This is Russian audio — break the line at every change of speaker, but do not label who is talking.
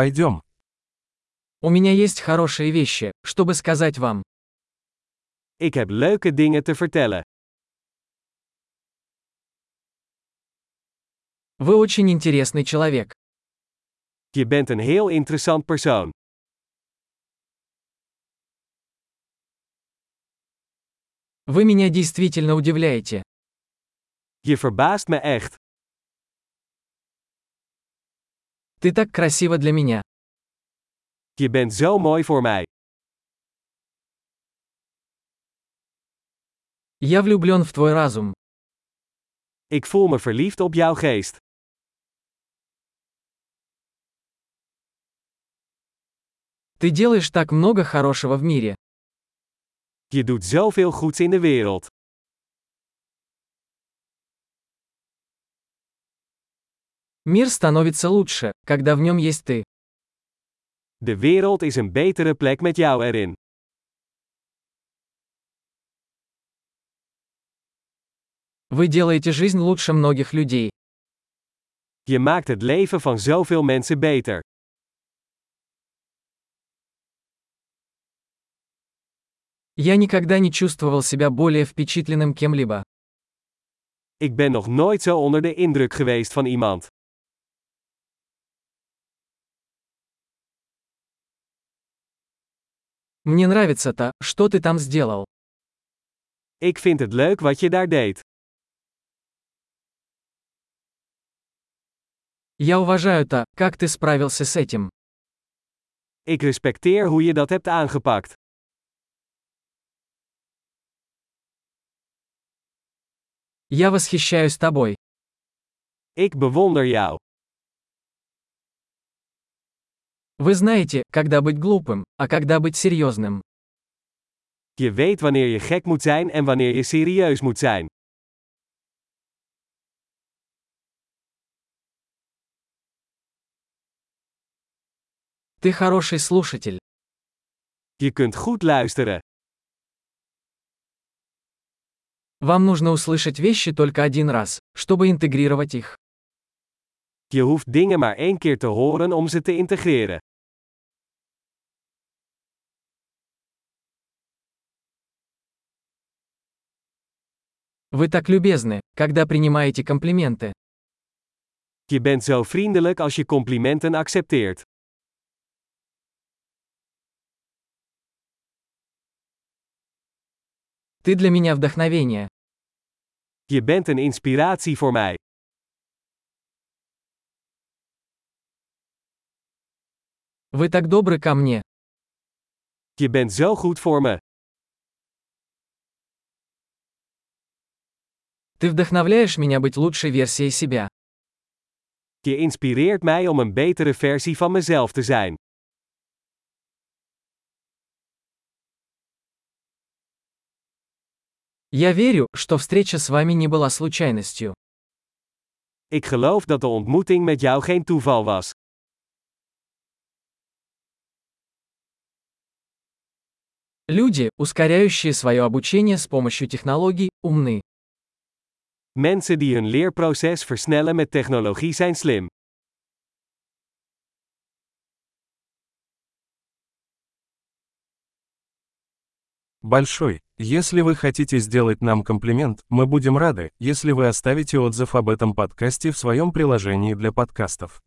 Пойдем.
У меня есть хорошие вещи, чтобы сказать вам.
Ik heb leuke dingen te vertellen.
Вы очень интересный человек.
Je bent een heel interessant persoon.
Вы меня действительно удивляете.
Je verbaast me echt.
Ты так красива для меня.
Je bent zo mooi voor mij.
Я влюблен в твой разум.
Ik voel me verliefd op jouw geest.
Ты делаешь так много хорошего в мире.
Je doet zoveel goeds in de wereld.
Мир становится лучше, когда в нем есть ты.
De wereld is een betere plek met jou erin.
Вы делаете жизнь лучше многих людей.
Je maakt het leven van zoveel mensen beter.
Я никогда не чувствовал себя более впечатленным кем-либо.
Ik ben nog nooit zo onder de indruk geweest van iemand.
Мне нравится то, что ты там сделал.
Ik vind het leuk wat je daar deed.
Я уважаю то, как ты справился с этим.
Ik respecteer hoe je dat hebt aangepakt.
Я восхищаюсь тобой.
Ik bewonder jou.
Вы знаете, когда быть глупым, а когда быть серьезным.
Je weet wanneer je gek moet zijn en wanneer je serieus moet zijn.
Ты хороший слушатель.
Je kunt goed luisteren.
Вам нужно услышать вещи только один раз, чтобы интегрировать их.
Je hoeft dingen maar één keer te horen om ze te integreren.
Вы так любезны, когда принимаете комплименты.
Je bent zo vriendelijk als je complimenten accepteert.
Ты для меня вдохновение.
Je bent een inspiratie voor mij.
Вы так добры ко мне.
Je bent zo goed voor me.
Ты вдохновляешь меня быть лучшей версией себя.
Je inspireert mij om een betere versie van mezelf te zijn.
Я верю, что встреча с вами не была случайностью.
Ik geloof dat de ontmoeting met jou geen toeval was.
Люди, ускоряющие свое обучение с помощью технологий, умны.
Mensen die hun leerproces versnellen met technologie zijn slim.
Большой. Если вы хотите сделать нам комплимент, мы будем рады, если вы оставите отзыв об этом подкасте в своем приложении для подкастов.